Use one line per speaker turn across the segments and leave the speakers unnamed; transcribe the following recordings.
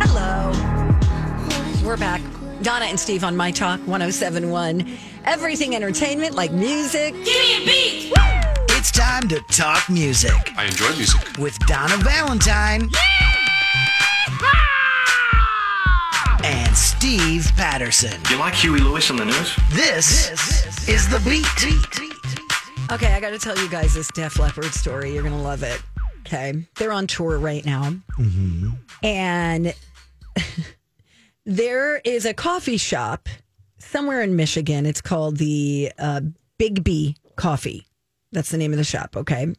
Hello. We're back. Donna and Steve on My Talk 1071. Everything entertainment like music. Give me a beat!
It's time to talk music
I enjoy music.
with Donna Valentine and Steve Patterson.
You like Huey Lewis on the news?
This is The Beat.
Okay, I got to tell you guys this Def Leppard story. You're going to love it. Okay. They're on tour right now. And there is a coffee shop somewhere in Michigan. It's called the uh, Big B Coffee. That's the name of the shop. Okay.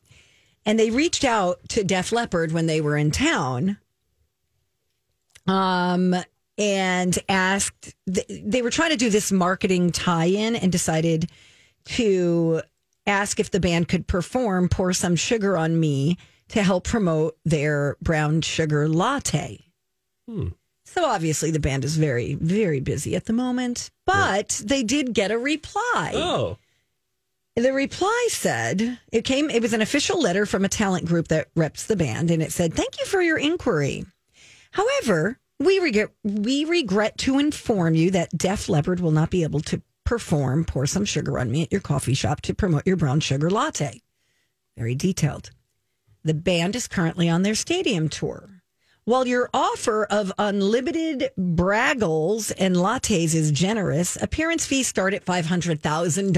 And they reached out to Def Leppard when they were in town um, and asked, th- they were trying to do this marketing tie in and decided to ask if the band could perform Pour Some Sugar on Me to help promote their brown sugar latte. So obviously, the band is very, very busy at the moment, but they did get a reply.
Oh,
The reply said it came it was an official letter from a talent group that reps the band and it said thank you for your inquiry. However, we regret we regret to inform you that Def Leppard will not be able to perform pour some sugar on me at your coffee shop to promote your brown sugar latte. Very detailed. The band is currently on their stadium tour. While your offer of unlimited braggles and lattes is generous, appearance fees start at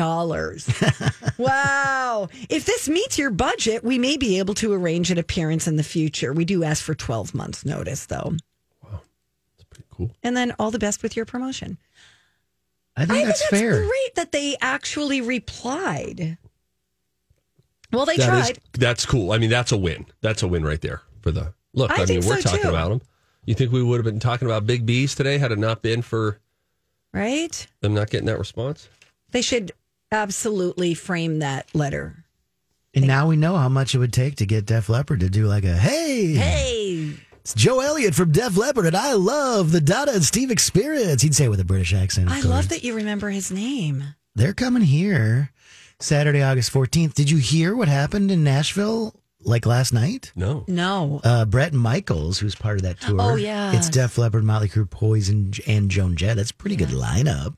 $500,000. wow. If this meets your budget, we may be able to arrange an appearance in the future. We do ask for 12 months' notice, though.
that's pretty cool.
And then all the best with your promotion.
I think that's, fair.
great that they actually replied. Well, they
That is-
tried.
that's cool. I mean, that's a win. That's a win right there for the look.
I
I, mean,
think
we're
so,
talking
too.
about them. You think we would have been talking about big bees today had it not been for
right?
them not getting that response?
They should absolutely frame that letter.
And now we know how much it would take to get Def Leppard to do like a hey,
Hey.
it's Joe Elliott from Def Leppard, and I love the Donna and Steve experience. He'd say it with a British accent. of
I
course.
love that you remember his name.
They're coming here Saturday, August 14th. Did you hear what happened in Nashville like last night?
No.
No.
Uh, Brett Michaels, who's part of that tour.
Oh, yeah.
It's Def Leppard, Motley Crue, Poison, and Joan Jett. That's a pretty good lineup.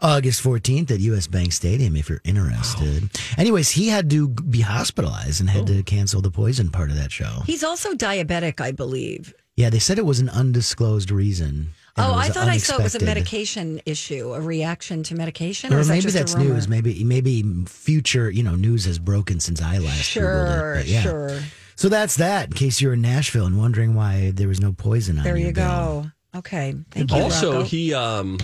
August 14th at U.S. Bank Stadium, if you're interested. Anyways, he had to be hospitalized and had to
Oh.
cancel the Poison part of that show.
He's also diabetic, I believe.
yeah, they said it was an undisclosed reason. and
oh,
it
I
was
thought I saw it was a
unexpected.
medication issue, a reaction to medication. Or,
Or
is that
maybe
just a
that's
rumor?
news. Maybe maybe future you know news has broken since I last
Sure,
Googled it, but yeah.
sure.
So that's that. In case you're in Nashville and wondering why there was no poison on
There
your
you
bill.
go. Okay. Thank you.
also,
Rocco.
he um,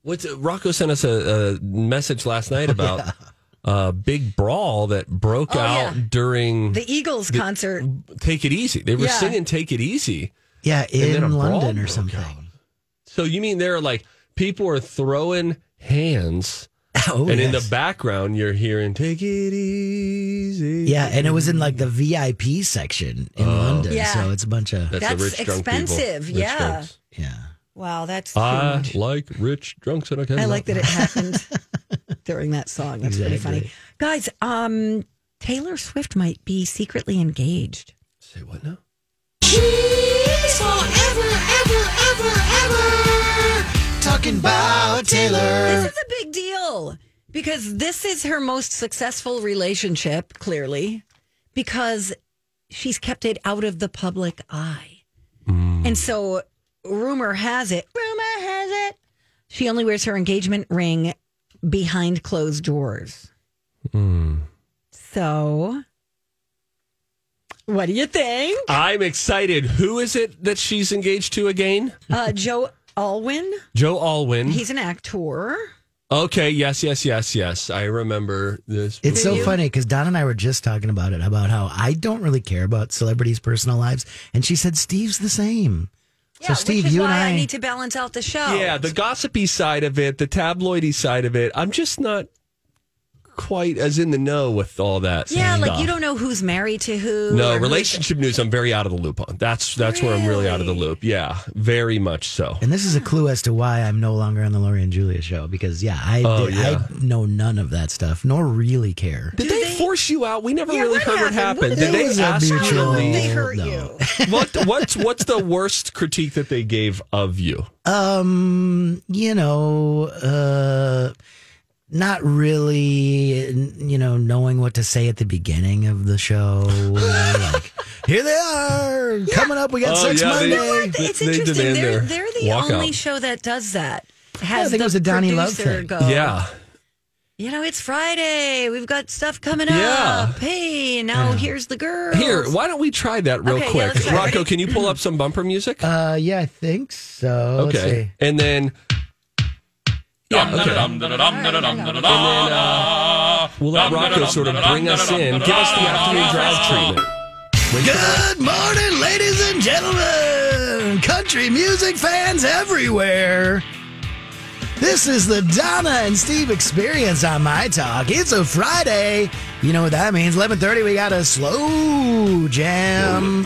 what's Rocco sent us a, a message last night about a big brawl that broke
Oh,
out
yeah.
during
the Eagles concert.
"Take It Easy." They were
Yeah.
singing "Take It Easy."
Yeah,
then a
in
brawl
London or
broke
something.
out. So you mean they're like people are throwing hands,
Oh,
and in
yes.
the background you're hearing "Take It Easy."
yeah, and it was in like the VIP section in
Oh.
London.
Yeah.
So it's a bunch of
that's,
That's
the rich drunk
expensive,
people. Rich
yeah.
drunks.
yeah.
Wow, that's too
I
much.
like rich drunks, and I,
I like that it happened during that song. That's pretty funny.
Exactly.
Guys, um, Taylor Swift might be secretly engaged.
Say what now?
Talking about Taylor.
This is a big deal because this is her most successful relationship, clearly, because she's kept it out of the public eye.
Mm.
And so rumor has it, rumor has it, she only wears her engagement ring behind closed doors.
Mm.
So what do you think?
I'm excited. Who is it that she's engaged to again?
Uh, Joe Alwyn,
Joe Alwyn.
he's an actor.
okay, yes, yes, yes, yes. I remember this.
It's so
you?
funny because Don and I were just talking about it about how I don't really care about celebrities' personal lives, and she said Steve's the same. so Steve,
which is
you
why
and I,
need to balance out the show.
Yeah, the gossipy side of it, the tabloidy side of it. I'm just not quite as in the know with all that.
Yeah, like
stuff.
you don't know who's married to who.
No,
or who's-
relationship news. I'm very out of the loop on. That's that's where I'm really out of the loop. Yeah, very much so.
and this is a clue as to why I'm no longer on the Lori and Julia show because yeah, I
Oh,
did-
yeah.
I know none of that stuff nor really care.
Did they, force you out? We never
Yeah,
really
what
heard what
happened?
happened.
What
Did
did
they
they-
ask you to
mutual-
They
leave?
hurt
No.
you.
What what's what's the worst critique that they gave of you?
Um, you know, uh, not really, n- you know, knowing what to say at the beginning of the show. like, here they are coming up. We got
Oh,
Sex
yeah, they-
Monday.
They-
It's
they
interesting.
demand
They're,
their
they're the
walkout.
only show that does that.
Yeah, I
Has
think it
the
was a Donnie Love
producer
thing.
Go,
yeah.
You know, it's Friday. We've got stuff coming
Yeah.
up. Hey, now here's the girl.
Here, why don't we try that real
Okay, yeah,
quick?
let's try it.
Rocco, can you pull up some bumper music?
Uh, yeah, I think so. Let's see.
okay. And then yeah, okay. uh, We'll let Rocco sort of bring us in, give us the afternoon drive treatment.
Good morning, ladies and gentlemen, country music fans everywhere. This is the Donna and Steve experience on my talk. It's a Friday. You know what that means? 11:30 we got a slow jam.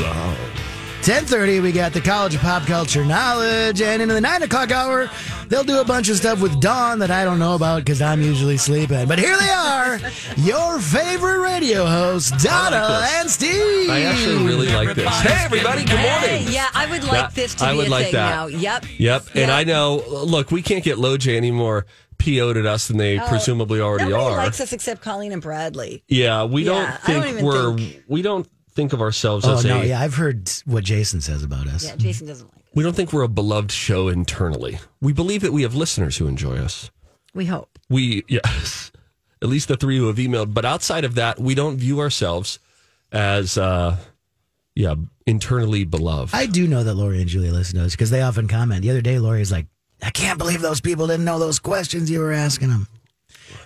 10:30 we got the College of Pop Culture Knowledge, and into the nine o'clock hour they'll do a bunch of stuff with Dawn that I don't know about because I'm usually sleeping. But here they are, your favorite radio hosts, Donna
this.
and Steve.
I actually really like this. Hey, everybody, good
Hey,
morning.
yeah, I would like
That-
this to
I
be
would
a
like
thing
that.
now. Yep.
Yep.
Yep.
And I know, look, we can't get LoJ any more PO'd at us than they presumably already
Oh, Nobody
are.
likes us except Colleen and Bradley.
Yeah, we
Yeah, I
don't
don't
think
even
we're
think-
we don't think of ourselves
Oh
as
no,
a
yeah, I've heard what Jason says about us.
Yeah, Jason doesn't like it.
we don't think we're a beloved show internally. We believe that we have listeners who enjoy us.
We hope.
We yes, at least the three who have emailed. But outside of that, we don't view ourselves as uh yeah internally
Oh
beloved.
I do know that Lori and Julia listen to us because they often comment. The other day, Lori is like, "I can't believe those people didn't know those questions you were asking them."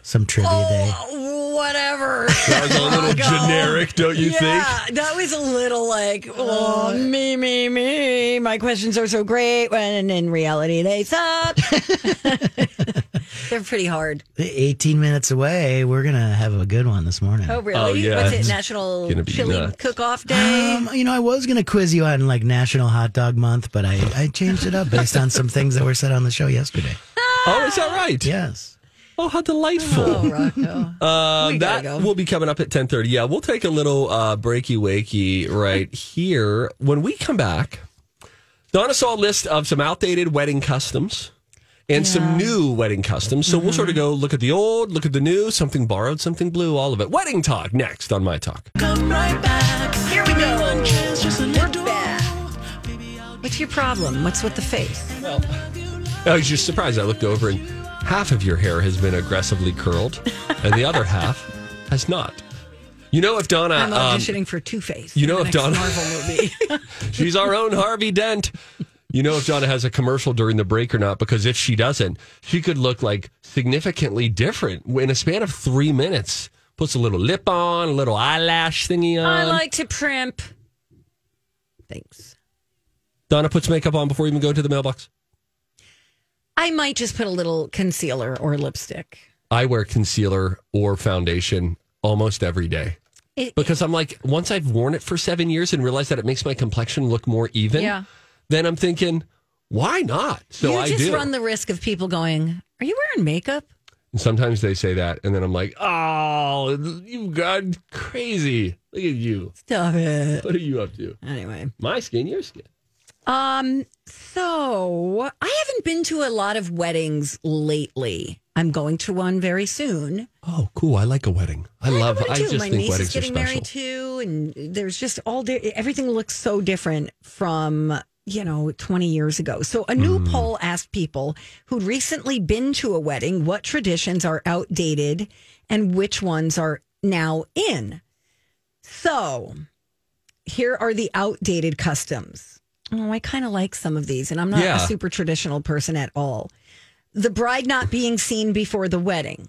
Some trivia day.
Oh, whatever.
that was a little generic, don't you think?
yeah, that was a little like, oh, me, me, me. My questions are so great, when in reality they suck. They're pretty hard.
18 minutes away, we're gonna have a good one this morning.
Oh, really?
Oh, yeah.
What's it?
It's
National
gonna be
Chili
nuts.
Cook-Off Day.
Um, you know, I was gonna quiz you on like National Hot Dog Month, but I, I changed it up based on some things that were said on the show yesterday.
Oh, is that right?
Yes.
Oh, how delightful.
oh, Rocco.
Um,
We gotta
that
go.
will be coming up at 10.30. Yeah, we'll take a little uh, breaky wakey right here. When we come back, Donna saw a list of some outdated wedding customs and some new wedding customs. So we'll sort of
Mm-hmm.
go look at the old, look at the new, something borrowed, something blue, all of it. Wedding talk next on My Talk.
Here we go. We're back. What's your problem? What's with the face?
I was just surprised. I looked over and half of your hair has been aggressively curled and the other half has not. You know, if Donna.
I'm
um,
auditioning for Two Face.
you know
the
if
next
Donna-
Marvel movie.
She's our own Harvey Dent. You know if Donna has a commercial during the break or not, because if she doesn't, she could look like significantly different in a span of three minutes. Puts a little lip on, a little eyelash thingy on.
I like to primp. Thanks.
Donna puts makeup on before you even go to the mailbox.
I might just put a little concealer or lipstick.
I wear concealer or foundation almost every day.
It-
because I'm like, once I've worn it for seven years and realized that it makes my complexion look more even,
Yeah.
then I'm thinking, why not? So
you
I
just
do.
run the risk of people going, "Are you wearing makeup?"
And sometimes they say that, and then I'm like, oh, you've gone crazy. Look at you.
Stop it.
What are you up to?
Anyway,
My skin, your skin.
Um, so I haven't been to a lot of weddings lately. I'm going to one very soon.
Oh, cool. I like a wedding. I love
What
I
do
just
My
think
niece is
weddings are
getting
special.
married too, and there's just all di- everything looks so different from you know 20 years ago. So a new
Mm.
poll asked people who'd recently been to a wedding what traditions are outdated and which ones are now in. So here are the outdated customs. Oh, I kind of like some of these, and I'm not
Yeah.
a super traditional person at all. The bride not being seen before the wedding.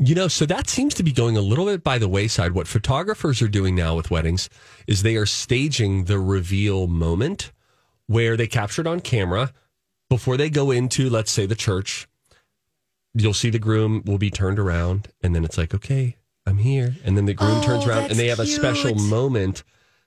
You know, so that seems to be going a little bit by the wayside. What photographers are doing now with weddings is they are staging the reveal moment where they capture it on camera before they go into, let's say, the church. You'll see the groom will be turned around, and then it's like, okay, I'm here. And then the groom
Oh,
turns around and
that's
they have a special
cute.
moment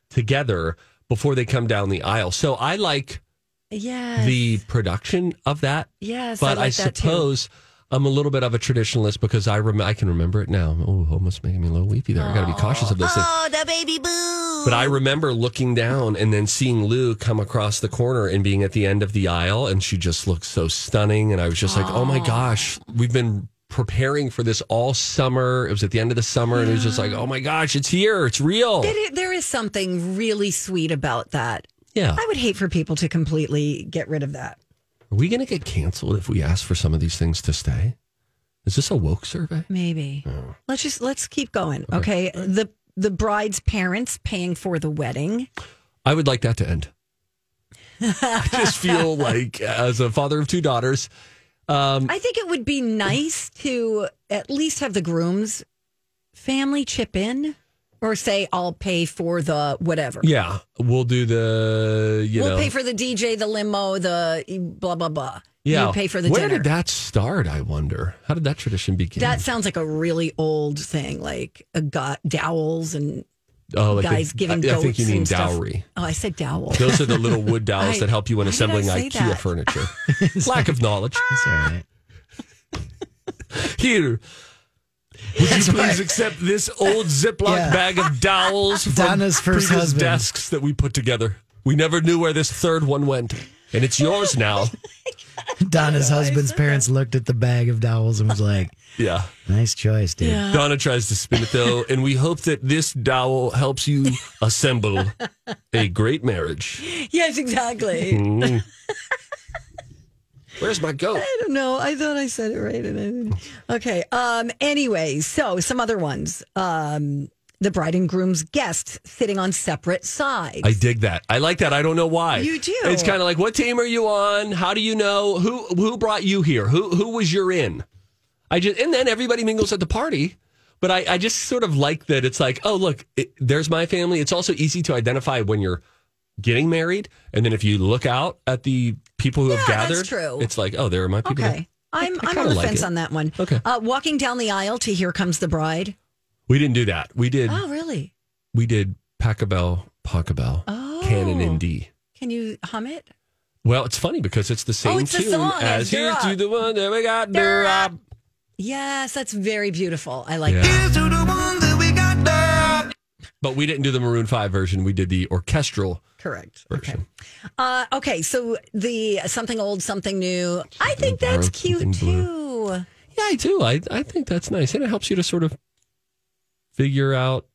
together before they come down the aisle. So I like
Yes.
the production of that
Yes,
but
I,
I,
like that too.
suppose I'm a little bit of a traditionalist because I rem- I can remember it now. Oh, almost making me a little weepy there. I got to be cautious of this. thing.
Oh, the baby boo.
But I remember looking down and then seeing Lou come across the corner and being at the end of the aisle, and she just looked so stunning. And I was just like, oh my gosh, we've been preparing for this all summer. It was at the end of the summer, and it was just like, oh my gosh, it's here, it's real.
It- it- there is something really sweet about that.
Yeah.
I would hate for people to completely get rid of that.
Are we going to get canceled if we ask for some of these things to stay? Is this a woke survey?
Maybe. Let's just let's keep going. Okay. The the bride's parents paying for the wedding.
I would like that to end. I just feel like, as a father of two daughters, um,
I think it would be nice to at least have the groom's family chip in or say I'll pay for the whatever.
yeah, we'll do the you
we'll
know,
pay for the DJ, the limo, the blah blah blah.
yeah,
You pay for the
Where
dinner.
did that start? I wonder. How did that tradition begin?
That sounds like a really old thing, like a got dowels and
oh, a-
guys giving
I,
goats
I think you mean
and stuff.
dowry.
Oh, I said dowel.
Those are the little wood dowels
I-
that help you when
why did
assembling
I say
IKEA
that?
furniture. Lack of knowledge.
It's all right.
Here. Would you please accept this old Ziploc
Yeah.
bag of dowels from
Donna's first
previous
husband.
desks that we put together? We never knew where this third one went, and it's yours now.
Donna's husband's parents looked at the bag of dowels and was like,
Yeah.
nice choice, dude.
Donna tries to spin it though, and we hope that this dowel helps you assemble a great marriage.
yes, exactly.
Mm. Where's my goat?
I don't know. I thought I said it right, and I didn't. Okay. Um. Anyway, so some other ones. Um. The bride and groom's guests sitting on separate sides.
I dig that. I like that. I don't know why.
You do.
It's kind of like, what team are you on? How do you know who who brought you here? Who who was your in? I just and then everybody mingles at the party. But I, I just sort of like that. It's like, oh look, it, there's my family. It's also easy to identify when you're getting married, and then if you look out at the people who have
Yeah,
gathered,
that's true.
it's like, oh, there are my people.
okay. I'm
I
I'm on
kinda
the
like
fence
it.
on that one.
Okay.
Uh, walking down the aisle to "Here Comes the Bride."
We didn't do that. We did
Oh, really?
we did Pachelbel, Pachelbel,
Oh.
Canon in D.
Can you hum it?
Well, it's funny because it's the
Oh,
same
it's the
tune
song,
as
it's
"Here's
Durrup.
to the one that we got." Durrup.
Yes, that's very beautiful. I like
Yeah.
that.
Here's to the one that we got Durrup.
But we didn't do the Maroon Five version. We did the orchestral
Correct. Okay.
version.
Uh, okay, so the something old, something new. I think that's
borrowed, something
cute too.
Yeah, I do. I I think that's nice, and it helps you to sort of figure out,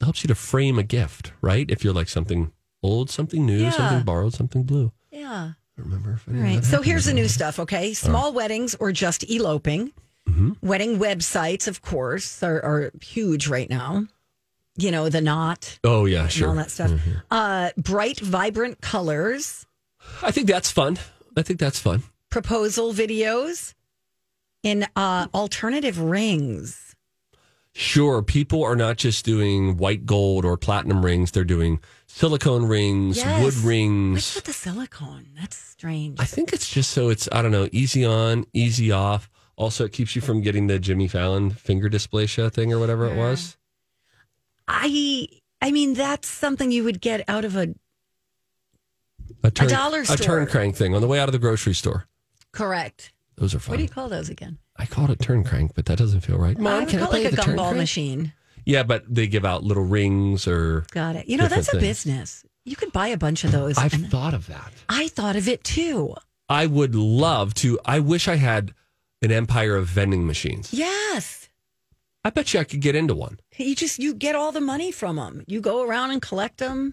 helps you to frame a gift, right? If you're like something old, something new,
Yeah.
something borrowed, something blue.
Yeah.
I don't remember if any
All
of
right.
that
So
happened
here's the
or
new
not.
stuff, okay? Small weddings or just eloping.
Mm-hmm.
Wedding websites, of course, are, are huge right now. You know, the knot
Oh yeah,
and
sure. Mm-hmm.
all that stuff. Uh, bright, vibrant colors,
I think that's fun. I think that's fun.
proposal videos, in uh, alternative rings.
Sure, people are not just doing white gold or platinum rings. They're doing silicone rings,
Yes.
wood
What's
rings.
with the silicone? That's strange.
I think it's just so it's, I don't know, easy on, easy off. Also, it keeps you from getting the Jimmy Fallon finger dysplasia thing or whatever it was.
I I mean that's something you would get out of a
A, turn,
dollar
A turn
store.
crank thing on the way out of the grocery store.
correct.
Those are
What
fun.
do you call those again?
I called it turn crank, but that doesn't feel right.
I
Mom,
would
can I
call
play
it like a
the turn
gumball
crank?
machine.
Yeah, but they give out little rings or
Got it. You know
Different
that's a
things.
business. You could buy a bunch of those.
I've
and
thought of that.
I thought of it too.
I would love to. I wish I had an empire of vending machines.
Yes.
I bet you I could get into one.
You just you get all the money from them. You go around and collect them.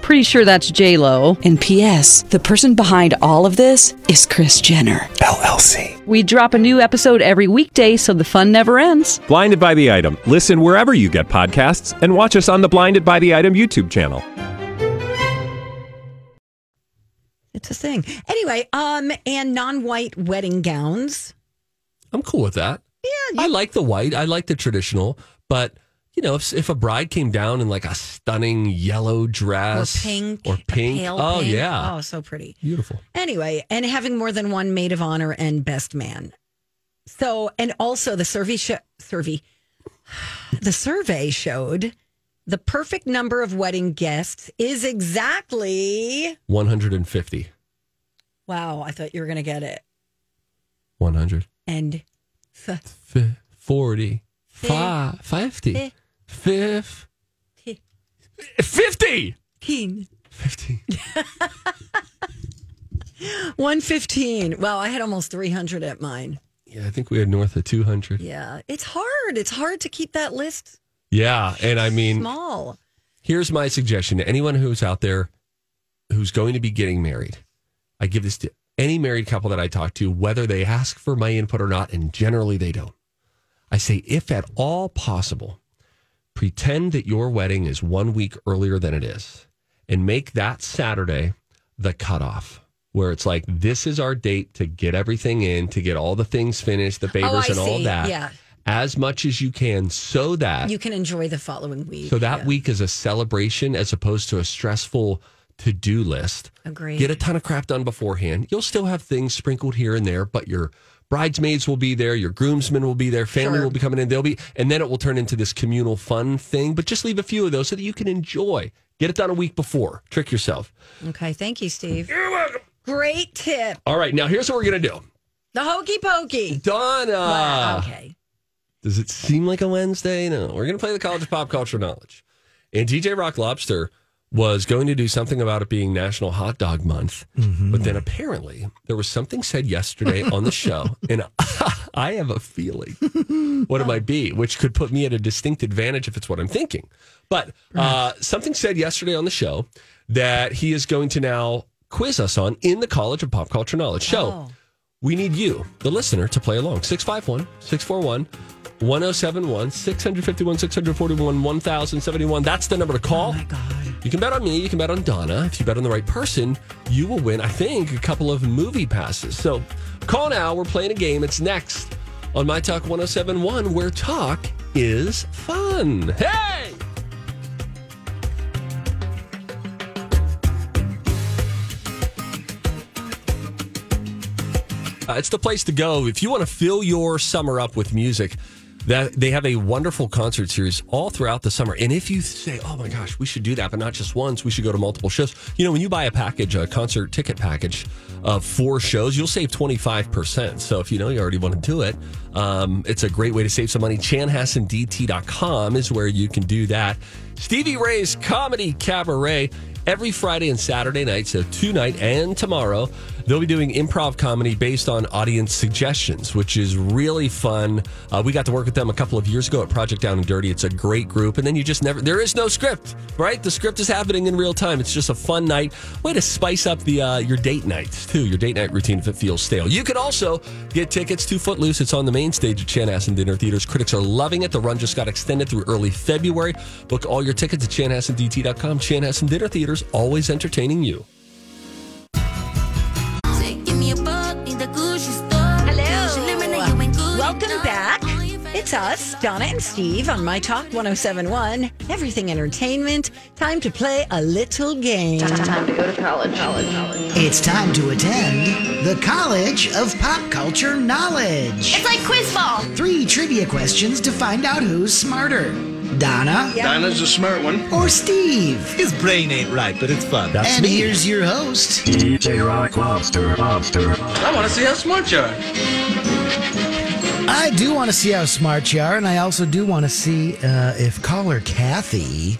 Pretty sure that's J Lo.
And P.S. The person behind all of this is Chris Jenner.
LLC.
We drop a new episode every weekday, so the fun never ends.
Blinded by the item. Listen wherever you get podcasts, and watch us on the Blinded by the Item YouTube channel.
It's a thing. Anyway, um, and non-white wedding gowns.
I'm cool with that. Yeah, I like the white. I like the traditional, but you know, if, if a bride came down in like a stunning yellow dress
or pink.
or
a
pink,
pale
oh
pink.
yeah,
Oh, so pretty.
beautiful.
Anyway, and having more than one maid of honor and best man. So, and also the survey sho- survey the survey showed the perfect number of wedding guests is exactly
150,
wow, I thought you were going to get it.
100,
And f-
fi- 40, fi- 50,
Fif-
fif- 50,
15.
50.
115. Wow, I had almost 300 at mine.
Yeah, I think we had north of 200.
Yeah, it's hard. It's hard to keep that list
Yeah, and I mean,
small.
Here's my suggestion to anyone who's out there who's going to be getting married. I give this to any married couple that I talk to, whether they ask for my input or not, and generally they don't. I say, if at all possible, pretend that your wedding is one week earlier than it is and make that Saturday the cutoff. Where it's like, this is our date to get everything in, to get all the things finished, the favors
Oh, I
and all
see.
that,
Yeah.
as much as you can, so that
You can enjoy the following week.
so that
Yeah.
week is a celebration as opposed to a stressful to do list.
Agreed.
Get a ton of crap done beforehand. You'll still have things sprinkled here and there, but your bridesmaids will be there, your groomsmen will be there, family
Sure.
will be coming in. They'll be, and then it will turn into this communal fun thing. But just leave a few of those so that you can enjoy. Get it done a week before. Trick yourself.
Okay, thank you, Steve. You're welcome. Great tip.
All right, now here's what we're gonna do,
The hokey pokey.
Donna.
Wow, okay.
Does it seem like a Wednesday? No. We're going to play the College of Pop Culture Knowledge. And DJ Rock Lobster was going to do something about it being National Hot Dog Month. But then apparently there was something said yesterday on the show. And I have a feeling what it might be, which could put me at a distinct advantage if it's what I'm thinking. But uh, something said yesterday on the show that he is going to now quiz us on in the College of Pop Culture Knowledge. So we need you, the listener, to play along. 651 641 1071 651 641 1071. That's the number to call. You can bet on me. You can bet on Donna. If you bet on the right person, you will win, I think, a couple of movie passes. So call now. We're playing a game. It's next on My Talk 1071, where talk is fun. Hey! Uh, it's the place to go if you want to fill your summer up with music. That they have a wonderful concert series all throughout the summer. And if you say, "Oh my gosh, we should do that," but not just once, we should go to multiple shows. You know, when you buy a package, a concert ticket package of four shows, you'll save twenty five percent. So if you know you already want to do it, um, it's a great way to save some money. ChanhassenDT.com is where you can do that. Stevie Ray's Comedy Cabaret every Friday and Saturday night. So tonight and tomorrow, they'll be doing improv comedy based on audience suggestions, which is really fun. Uh, we got to work with them a couple of years ago at Project Down and Dirty. It's a great group, and then you just never. There is no script, right? The script is happening in real time. It's just a fun night. Way to spice up the uh, your date nights too. Your date night routine if it feels stale. You can also get tickets to Footloose. It's on the main stage at Chanhassen Dinner Theaters. Critics are loving it. The run just got extended through early February. Book all your tickets at chanhassendt.com. Chanhassen Dinner Theaters, always entertaining you.
Hello. Welcome back. It's us, Donna and Steve, on My Talk 1071, Everything Entertainment. Time to play a little game.
It's time to attend the College of Pop Culture Knowledge.
It's like quiz ball.
Three trivia questions to find out who's smarter. Donna,
Dinah's a smart one.
or Steve.
His brain ain't right, but it's fun.
That's and here's your host.
I want to see how smart you are.
I do want to see how smart you are, and I also do want to see uh, if caller Kathy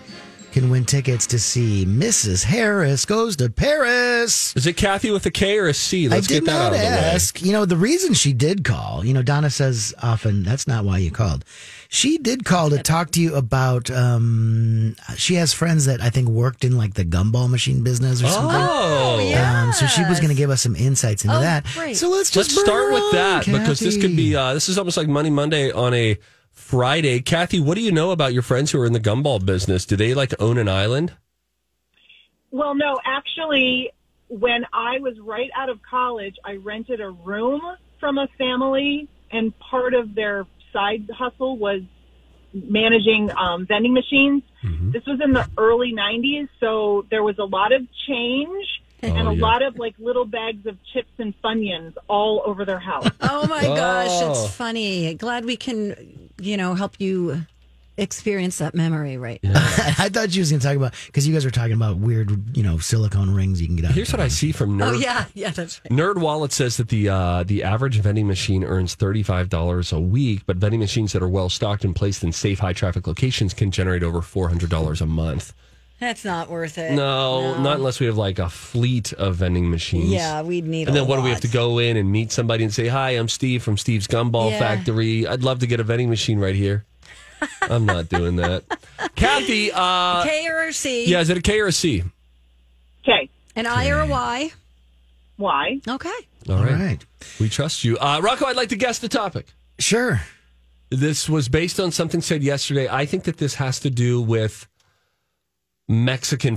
can win tickets to see Mrs. Harris goes to Paris.
Is it Kathy with a K or a C? Let's
I did
get that
not
out of the way.
ask. You know, the reason she did call, you know, Donna says often that's not why you called. She did call to talk to you about. Um, she has friends that I think worked in like the gumball machine business or something.
Oh,
Um, so she was going to give us some insights into
Oh,
that.
great.
So let's just
let's start
burn
with
on,
that because this could
Kathy.
be uh, this is almost like Money Monday on a Friday. Kathy, what do you know about your friends who are in the gumball business? Do they like own an island?
Well, no, actually, when I was right out of college, I rented a room from a family, and part of their side hustle was managing um, vending machines.
Mm-hmm.
This was in the early 90s, so there was a lot of change and
Oh,
a
yeah.
lot of like little bags of chips and Funyuns all over their house.
Oh my gosh,
Oh.
it's funny. Glad we can, you know, help you experience that memory right now.
I thought she was going to talk about because you guys were talking about weird, you know, silicone rings you can get out. of
Here's what I see from Nerd.
Oh, yeah. Yeah, that's right.
Nerd Wallet says that the uh, the average vending machine earns thirty five dollars a week, but vending machines that are well stocked and placed in safe, high traffic locations can generate over four hundred dollars a month.
That's not worth it.
No, not unless we have like a fleet of vending machines.
Yeah, we'd need
And
a
then what do we have to
lot.
go in and meet somebody and say, "Hi, I'm Steve from Steve's Gumball
Yeah.
Factory. I'd love to get a vending machine right here." I'm not doing that, Kathy. Uh,
K or a C,
yeah, is it a K or a C?
Okay,
an I or a Y.
why?
Okay.
All right.
we trust you, uh, Rocco. I'd like to guess the topic.
Sure.
This was based on something said yesterday. I think that this has to do with Mexican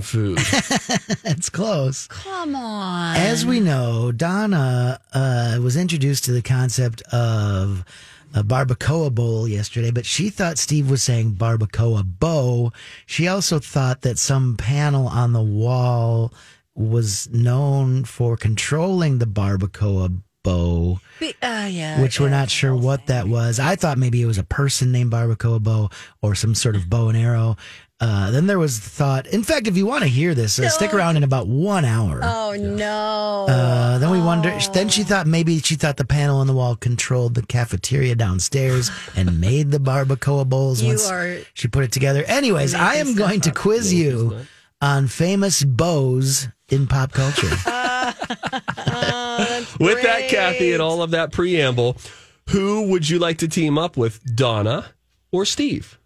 food.
It's close.
Come on.
As we know, Donna uh, was introduced to the concept of a barbacoa bowl yesterday, but she thought Steve was saying barbacoa bow. She also thought that some panel on the wall was known for controlling the barbacoa bow.
Be- uh, yeah.
which we're not sure what that was. I thought maybe it was a person named Barbacoa Bow or some sort of bow and arrow. Uh, then there was thought. In fact, if you want to hear this, uh, stick around in about one hour.
Oh no.
Uh, then we wonder. Then she thought maybe she thought the panel on the wall controlled the cafeteria downstairs and made the barbacoa bowls.
You
once
are-
she put it together. Anyways, I am going to quiz you on famous bows in pop culture.
with that, Kathy, and all of that preamble, who would you like to team up with, Donna or Steve?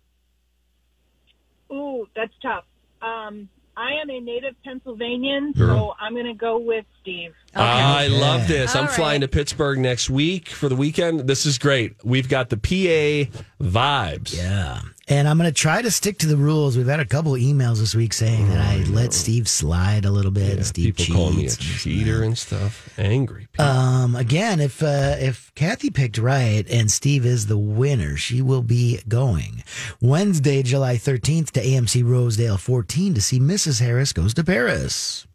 Ooh, that's tough. Um, I am a native Pennsylvanian,
Girl.
so I'm going to go with Steve.
I love this. I'm
All
flying to Pittsburgh next week for the weekend. This is great. We've got the PA vibes.
Yeah. And I'm going to try to stick to the rules. We've had a couple emails this week saying
Oh,
that I let Steve slide a little bit. and Steve
people call me a
cheats.
cheater and stuff. Angry. People.
Um, again, if uh, if Kathy picked right and Steve is the winner, she will be going Wednesday, July 13th to AMC Rosedale 14 to see Mrs. Harris Goes to Paris.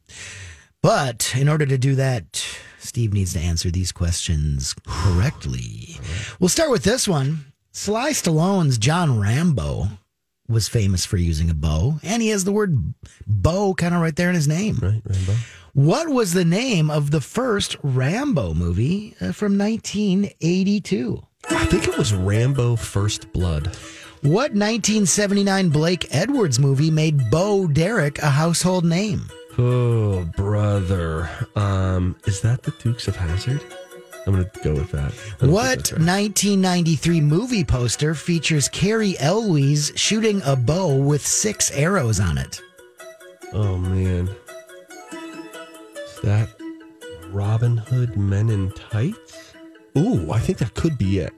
But in order to do that, Steve needs to answer these questions correctly. We'll start with this one. Sly Stallone's John Rambo was famous for using a bow, and he has the word bow kind of right there in his name.
right, Rainbow?
What was the name of the first Rambo movie uh, from 1982?
I think it was Rambo First Blood.
What 1979 Blake Edwards movie made Bo Derek a household name?
Oh, brother. Um, is that the Dukes of Hazard? I'm going to go with that. I don't think
What
that's right.
1993 movie poster features Carrie Elwes shooting a bow with six arrows on it?
Oh man, is that Robin Hood Men in Tights? Ooh, I think that could be it.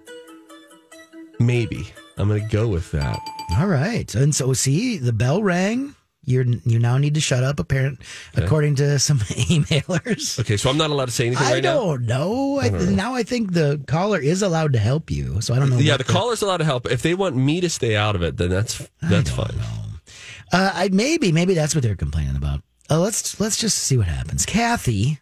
Maybe I'm gonna go with that.
All right, and so see, the bell rang. You're you now need to shut up, apparent, according to some emailers.
Okay, so I'm not allowed to say anything
I
right
don't know. I, now I think the caller is allowed to help you, so I don't know.
now. Yeah,
what
the caller's allowed to help. If they want me to stay out of it, then that's that's fine.
Uh, I maybe maybe that's what they're complaining about. Uh, let's let's just see what happens. Kathy,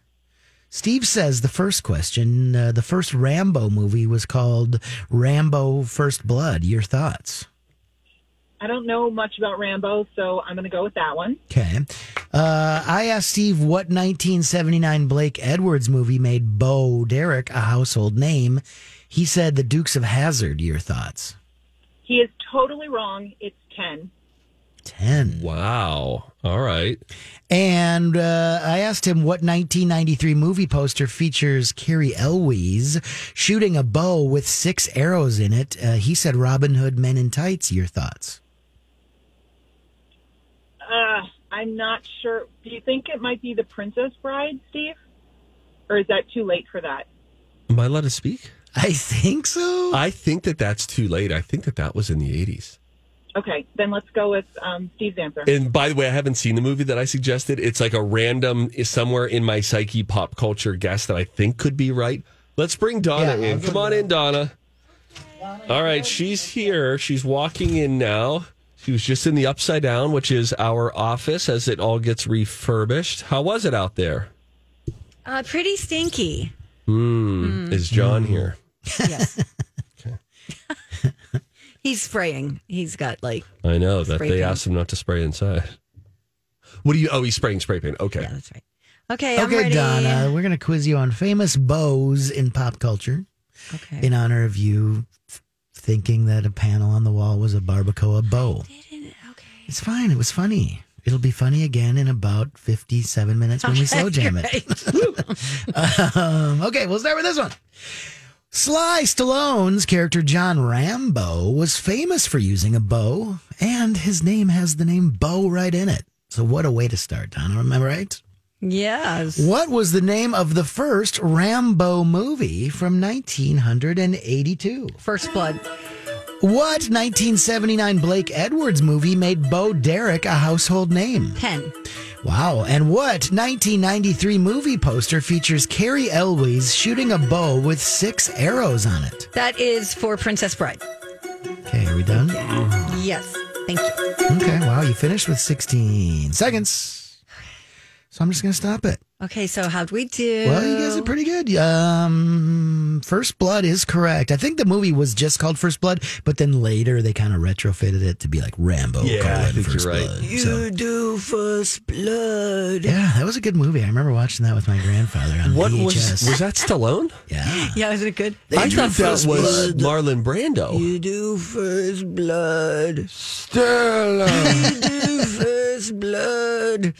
Steve says the first question. Uh, the first Rambo movie was called Rambo: First Blood. Your thoughts?
I don't know much about Rambo, so I'm going to go with that one.
Okay. Uh, I asked Steve what 1979 Blake Edwards movie made Bo Derek a household name. He said The Dukes of Hazard. Your thoughts?
He is totally wrong. It's 10.
10.
Wow. All right.
And uh, I asked him what 1993 movie poster features Carrie Elwes shooting a bow with six arrows in it. Uh, he said Robin Hood Men in Tights. Your thoughts?
Uh, I'm not sure. Do you think it might be The Princess Bride, Steve? Or is that too late for that?
Am I allowed to speak?
I think so.
I think that that's too late. I think that that was in the 80s.
Okay, then let's go with um, Steve's answer.
And by the way, I haven't seen the movie that I suggested. It's like a random is somewhere in my psyche pop culture guess that I think could be right. Let's bring Donna in. Come on in, Donna. All right, she's here. She's walking in now. She was just in the upside down, which is our office as it all gets refurbished. How was it out there?
Uh, pretty stinky.
Hmm. Is John here?
Yes. He's spraying. He's got like
I know that
Spray
they
paint.
asked him not to spray inside. What do you? Oh, he's spraying spray paint. Okay.
that's right. Okay, I'm
Okay,
ready.
Donna, we're going to quiz you on famous bows in pop culture
Okay.
in honor of you f- thinking that a panel on the wall was a barbacoa bow. It's fine. It was funny. It'll be funny again in about 57 minutes when we slow jam it. um, okay, we'll start with this one. Sly Stallone's character John Rambo was famous for using a bow, and his name has the name Bow right in it. So, what a way to start, Donna. Am I right?
Yes.
What was the name of the first Rambo movie from 1982?
First blood.
What 1979 Blake Edwards movie made Bo Derek a household name?
Ten.
Wow. And what 1993 movie poster features Carrie Elwes shooting a bow with six arrows on it?
That is for Princess Bride.
Okay, are we done?
Yes. Thank you.
Okay, wow, you finished with 16 seconds. So I'm just going to stop it.
Okay, so how'd we do?
Well, you guys are pretty good. Um, First Blood is correct. I think the movie was just called First Blood, but then later they kind of retrofitted it to be like Rambo.
Yeah, I
colon,
think
First
you're right.
Blood.
You do first blood.
Yeah, that was a good movie. I remember watching that with my grandfather on
What was
VHS.
was that Stallone?
yeah.
Yeah, isn't it good?
I thought that
First
was Marlon Brando.
You do first blood. Stella. you do first blood.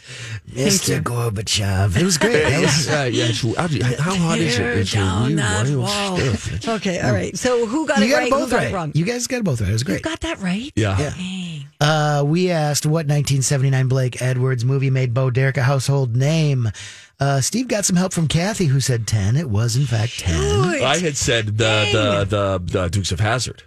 Mr. Gorbachev. It was great. That was- uh,
Yeah, uh, yeah, it's- how, do you- how hot is it? It's a new wild stuff. It's-
Okay, all right. So who got
you
it
got
right?
it
who
both
got
right.
it wrong?
You guys got it both right. It was
You
great.
got that right?
Yeah.
Dang.
Uh, we asked what 1979 Blake Edwards movie made Bo Derek a household name. Uh, Steve got some help from Kathy, who said 10. It was, in fact, 10.
I had said the, the the the Dukes of Hazard.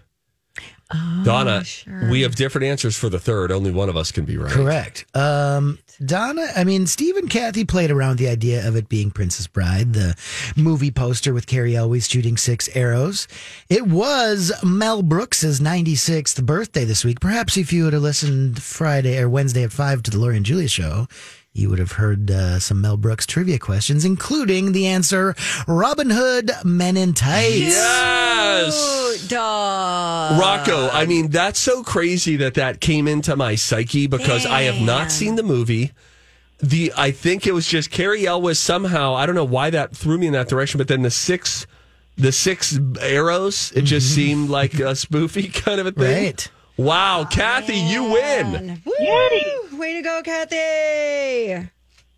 Donna, we have different answers for the third. Only one of us can be right.
Correct. Um, Donna, I mean, Steve and Kathy played around with the idea of it being Princess Bride, the movie poster with Carrie Elwes shooting six arrows. It was Mel Brooks's 96th birthday this week. Perhaps if you would have listened Friday or Wednesday at 5 to the Lori and Julia show, you would have heard uh, some Mel Brooks trivia questions, including the answer Robin Hood, Men in Tights.
Yes.
Duh.
Rocco, I mean, that's so crazy that that came into my psyche because I have not seen the movie. The I think it was just Carrie Elwes somehow. I don't know why that threw me in that direction, but then the six, the six arrows, it just seemed like a spoofy kind of a thing.
Right.
Wow, Kathy, you win.
Woo! Way to go, Kathy.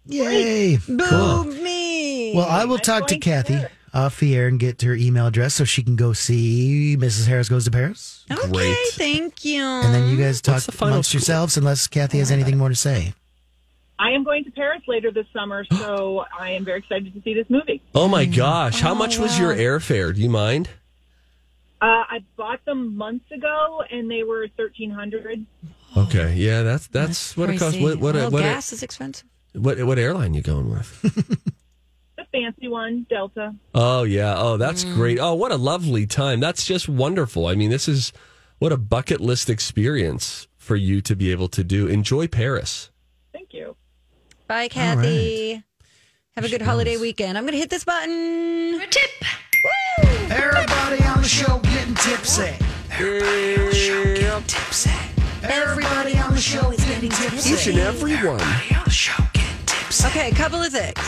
Yay.
Boo
Cool.
me.
Well, I will talk to Kathy off the air and get her email address so she can go see Mrs. Harris Goes to Paris.
okay,
Great.
thank you.
And then you guys talk
What's the final
amongst
score? Oh
yourselves unless Kathy has anything more to say.
I am going to Paris later this summer, so I am very excited to see this movie.
Oh my gosh, how much
Oh,
was your airfare? Do you mind?
Uh, I bought them months ago, and they were thirteen hundred.
Okay, yeah, that's that's, what it costs.
Pricey.
What what
Oh. well,
what,
gas is expensive.
what what airline you going with?
The fancy one, Delta.
Oh yeah. Oh, that's
Mm.
great. Oh, what a lovely time. That's just wonderful. I mean, this is what a bucket list experience for you to be able to do. Enjoy Paris.
Thank you.
Bye, Kathy. Have a good holiday weekend. I'm going to hit this button. Tip. Woo!
Everybody on the show getting tipsy.
Yep.
Tipsy.
Everybody on the show is getting tipsy.
Each and every one.
Okay, a couple of things.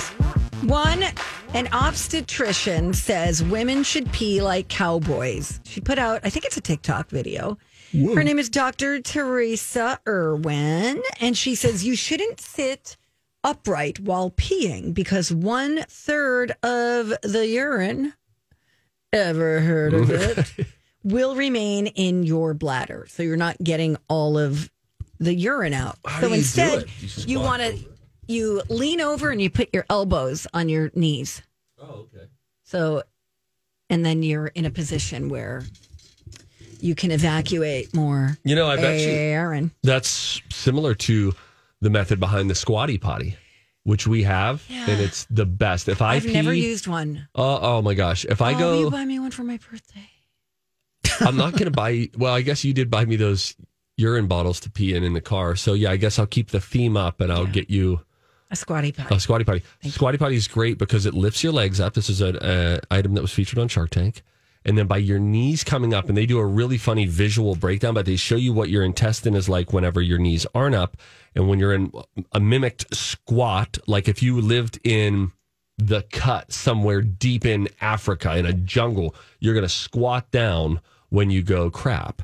One, an obstetrician says women should pee like cowboys. She put out, I think it's a TikTok video.
Whoa.
Her name is Dr. Teresa Irwin, and she says you shouldn't sit upright while peeing because one third of the urine, ever heard of it, will remain in your bladder. So you're not getting all of the urine out.
How
so
do you do
instead,
it? You squat
you want to you lean over and you put your elbows on your knees.
Oh, okay.
So, and then you're in a position where you can evacuate more.
You know, I bet you-
urine.
That's similar to the method behind the squatty potty, which we have,
Yeah.
and it's the best. If I
I've
pee,
never used one.
Oh, oh my gosh! If
oh,
I
will
go,
you buy me one for my birthday?
I'm not going to buy. Well, I guess you did buy me those urine bottles to pee in in the car. So yeah, I guess I'll keep the theme up, and I'll get you
A squatty potty.
a Oh, squatty potty. squatty potty is great because it lifts your legs up. This is an uh, item that was featured on Shark Tank. And then by your knees coming up, and they do a really funny visual breakdown, but they show you what your intestine is like whenever your knees aren't up. And when you're in a mimicked squat, like if you lived in the cut somewhere deep in Africa in a jungle, you're going to squat down when you go crap.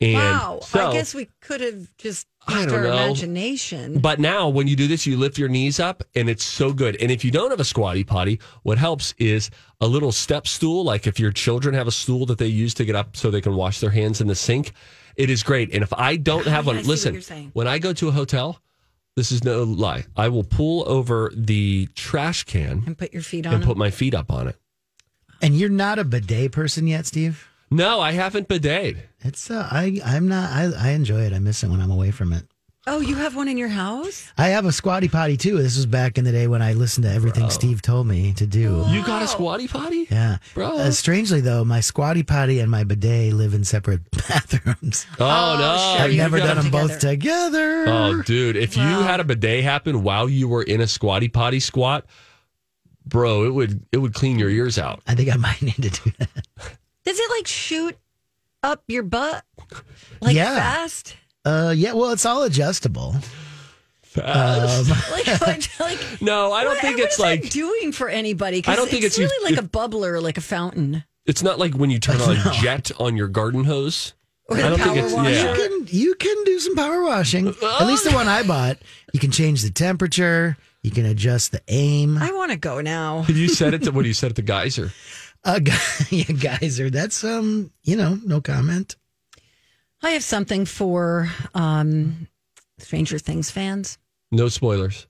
And
wow.
Oh, so-
I guess we could have just
I
used
don't
our
know.
imagination.
but now, when you do this, you lift your knees up, and it's so good. And if you don't have a squatty potty, what helps is a little step stool. Like if your children have a stool that they use to get up so they can wash their hands in the sink, it is great. And if I don't have one,
I see what
listen,
you're saying.
when I go to a hotel, this is no lie. I will pull over the trash can
and put your feet
and put my feet up on it.
And you're not a bidet person yet, Steve.
No, I haven't bidet.
It's uh, I I'm not I, I enjoy it. I miss it when I'm away from it.
oh, you have one in your house?
I have a squatty potty too. This was back in the day when I listened to everything Steve told me to do.
You got a squatty potty?
yeah,
Bro.
Uh, strangely though, my squatty potty and my bidet live in separate bathrooms.
Oh, no.
I've
You
never
got
done them
them
both together.
Oh, dude, if you had a bidet happen while you were in a squatty potty squat, bro, it would it would clean your ears out.
I think I might need to do that.
Does it like shoot up your butt? Like
Yeah.
fast?
Uh, yeah, well, it's all adjustable.
Fast.
Like, like, like
No, I don't
what-
think
what
it's
is that
like-
doing for anybody. 'Cause
I don't think it's you-
really like a bubbler, like a fountain.
It's not like when you turn on jet on your garden hose.
Or
I don't think it's yeah.
You can you can do some power washing. At least the one I bought. You can change the temperature. You can adjust the aim.
I want to go now.
Have you said it to what do you said at the geyser?
Uh, yeah, geyser. That's um, you know, no comment.
I have something for um, Stranger Things fans.
No spoilers.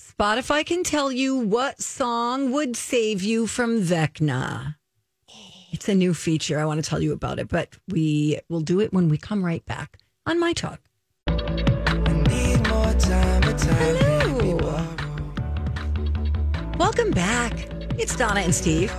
Spotify can tell you what song would save you from Vecna. It's a new feature. I want to tell you about it, but we will do it when we come right back on My Talk. Hello. Welcome back. It's Donna and Steve.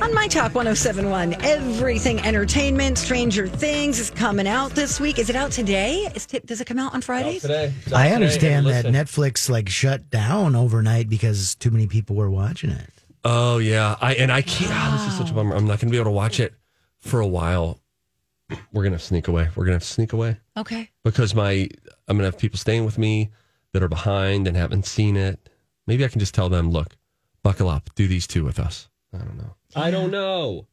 On My Talk 1071, everything entertainment, Stranger Things is coming out this week. Is it out today? Is it, does it come out on Fridays?
I understand that Netflix like shut down overnight because too many people were watching it.
Oh yeah. I and I can't ah, this is such a bummer. I'm not gonna be able to watch it for a while. We're gonna sneak away. We're gonna have to sneak away.
Okay.
because my I'm gonna have people staying with me that are behind and haven't seen it. Maybe I can just tell them, look, buckle up, do these two with us. I don't know. I don't know.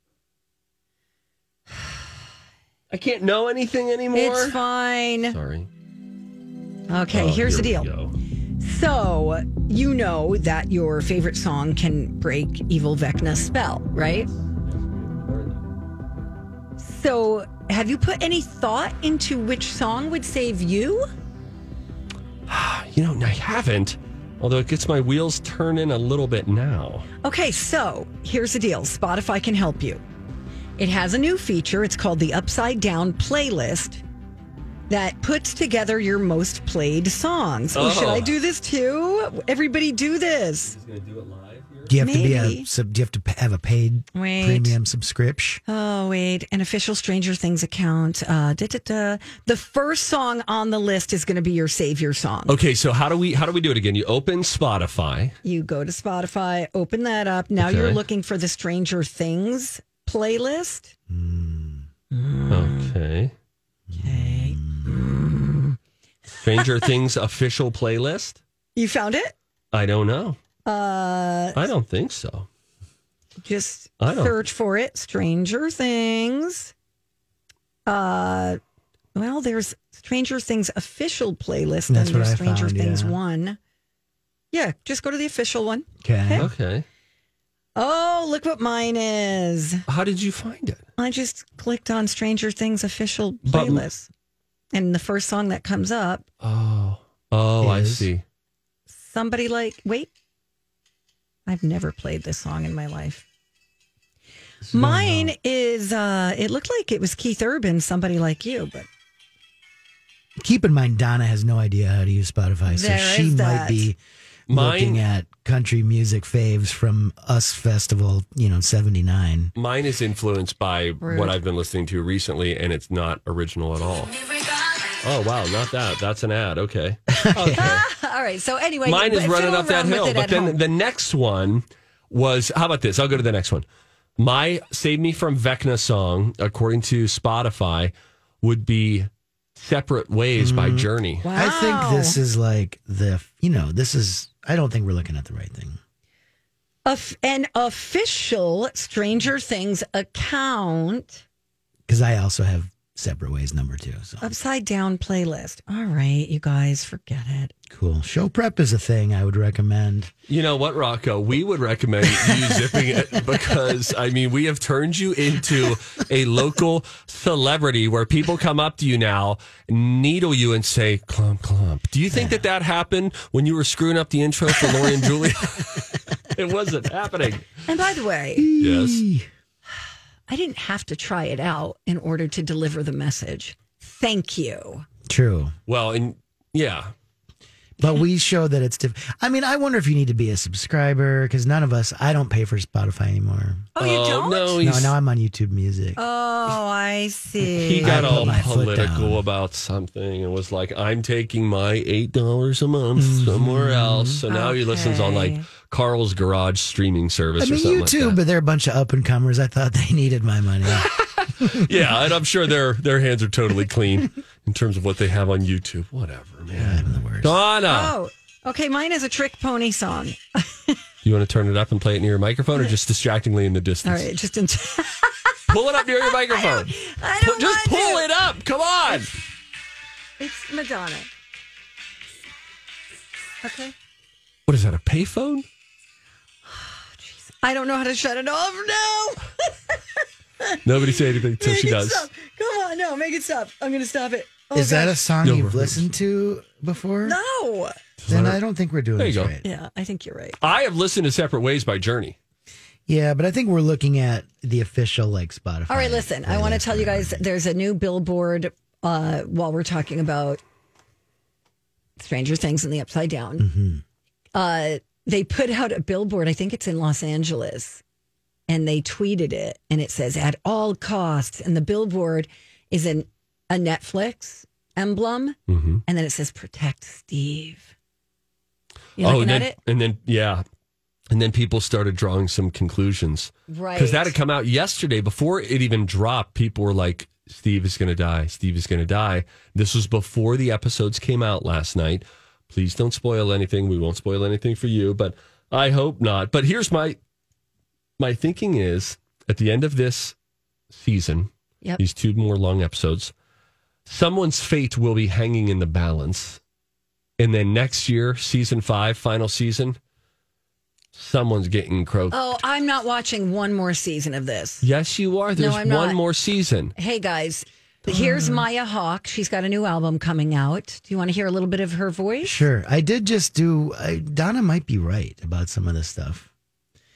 I can't know anything anymore.
It's fine.
Sorry.
Okay,
Oh,
here's
here
the deal.
we go.
So, you know that your favorite song can break Evil Vecna's spell, right? So, have you put any thought into which song would save you?
You know, I haven't. Although it gets my wheels turning a little bit now.
Okay, so here's the deal Spotify can help you. It has a new feature. It's called the Upside Down Playlist that puts together your most played songs. Oh, should
Oh.
I do this too? Everybody do this.
Do you have to be
Maybe.
a sub, do you have to have a paid
Wait.
premium subscription?
Oh, wait. An official Stranger Things account. Uh, da, da, da. The first song on the list is going to be your savior song.
Oh.
Okay, so how do we how do we do it again? You open Spotify.
You go to Spotify, open that up. Now
Okay.
you're looking for the Stranger Things playlist.
Okay.
Okay.
Stranger Things official playlist?
You found it?
I don't know.
Uh,
I don't think so.
just
I don't-
search for it. Stranger Things. Uh, well, there's Stranger Things official playlist and
That's what
there's
I
Stranger
found,
Things
yeah.
one. Yeah, just go to the official one.
Okay.
Okay.
Oh, look what mine is.
How did you find it?
I just clicked on Stranger Things official
But-
playlist, and the first song that comes up,
Oh. Oh, I
Is-
see.
somebody like, wait, I've never played this song in my life. Mine is. uh It looked like it was Keith Urban, somebody like you, but
Keep in mind, Donna has no idea how to use Spotify, so
There
she
is
might
that.
be
Mine-
looking at country music faves from Us Festival, you know, 79.
Mine is influenced by what I've been listening to recently, and it's not original at all. Oh wow, not that. That's an ad. Okay. Okay.
all right. So anyway,
Mine is
but
running
fiddle
up that
around with
hill.
it
But
at
then
home.
the next one was how about this? I'll go to the next one. My Save Me From Vecna song, according to Spotify, would be Separate Ways by Journey.
I think this is like the, you know, this is, I don't think we're looking at the right thing.
Of- an official Stranger Things account
Because I also have Separate Ways number two. So
upside down playlist. All right, you guys, forget it.
cool. Show prep is a thing I would recommend.
You know what, Rocco? We would recommend you zipping it because, I mean, we have turned you into a local celebrity where people come up to you now, needle you, and say, clump, clump. Do you think that that happened when you were screwing up the intro for Lori and Julia? it wasn't happening.
And by the way,
Yes.
I didn't have to try it out in order to deliver the message. Thank you.
True.
Well, and yeah.
But we show that it's different. I mean, I wonder if you need to be a subscriber because none of us, I don't pay for Spotify anymore.
Oh, you don't?
Uh, No,
No,
he's,
now I'm on YouTube Music.
Oh, I see.
he got
I put
all
my foot
political
down.
about something and was like, I'm taking my $8 a month
Mm-hmm.
somewhere else. So now he listens on like Carl's Garage streaming service
I mean,
or something
YouTube,
like
but they're a bunch of up and comers. I thought they needed my money.
Oh,
that. yeah, and I'm sure their their hands are totally clean in terms of what they have on YouTube. Whatever, man.
I'm the worst.
Donna,
Oh, okay. Mine is a Trick Pony song.
you want to turn it up and play it near your microphone or just distractingly in the
All
distance?
right, just in.
Pull it up near your microphone.
I
Pu-
don't
just
want
pull
to.
it up. Come on.
It's Madonna. Okay.
What is that, a payphone?
I don't know how to shut it off now.
Nobody say anything till
Make
she
it
does.
stop. Come on, no, make it stop. I'm gonna stop it. Oh,
Is that a
gosh.
song
No,
you've
we're-
listened to before?
no?
Then I don't think we're doing
There you
this
go.
right.
Yeah, I think you're right.
I have listened to Separate Ways by Journey.
Yeah, but I think we're looking at the official like Spotify.
All right, listen. I want to tell you guys there's a new billboard uh, while we're talking about Stranger Things and the Upside Down.
Mm-hmm.
Uh, they put out a billboard. I think it's in Los Angeles, and they tweeted it, and it says "At all costs." And the billboard is in a Netflix emblem,
Mm-hmm.
and then it says "Protect Steve." You looking
Oh, and then,
at it?
and then yeah, and then people started drawing some conclusions
Right.
because that had come out yesterday before it even dropped. People were like, "Steve is going to die. Steve is going to die." This was before the episodes came out last night. Please don't spoil anything. We won't spoil anything for you, but I hope not. But here's my my thinking is at the end of this season,
Yep.
these two more long episodes, someone's fate will be hanging in the balance. And then next year, season five, final season, someone's getting croaked.
Oh, I'm not watching one more season of this.
Yes, you are. There's
I'm
one
not.
more season.
Hey guys, here's
Mm.
Maya Hawk. She's got a new album coming out. Do you want to hear a little bit of her voice?
Sure, I did just do. I, Donna might be right about some of this stuff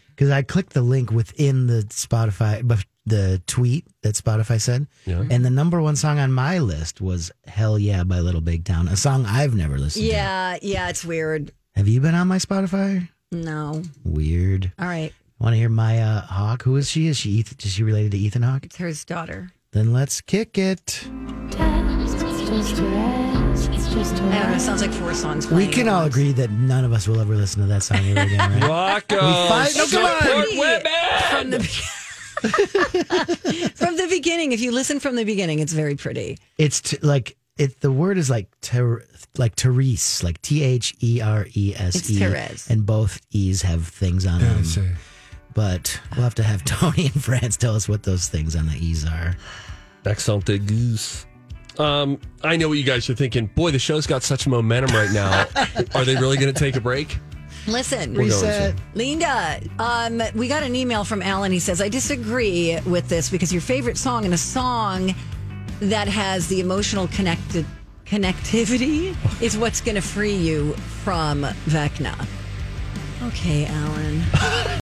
because I clicked the link within the Spotify, bef- the tweet that Spotify said,
Yeah.
Mm-hmm.
and the number one song on my list was "Hell Yeah" by Little Big Town, a song I've never listened to.
Yeah, yeah, it's weird.
Have you been on my Spotify?
No.
Weird.
All right.
Want to hear Maya Hawk? Who is she? Is she Ethan, is she related to Ethan Hawk?
It's her daughter.
Then let's kick it.
I don't know. It sounds like four songs.
We
playing
can
at
all
once.
agree that none of us will ever listen to that song ever again, right?
Rocco,
find- No, come on.
support
Hey.
women.
From the beginning, if you listen from the beginning, it's very pretty.
It's t- like It the word is like ter, like Therese, like T H E R E S
It's
E,
Therese.
and both E's have things on them. But we'll have to have Tony and France tell us what those things on the E's are.
Accent de goose. Um, I know what you guys are thinking. Boy, the show's got such momentum right now. are they really going to take a break?
Listen,
We're going
Lisa,
to.
Linda, um, we got an email from Alan. He says, I disagree with this because your favorite song and a song that has the emotional connected connectivity is what's going to free you from Vecna. Okay, Alan.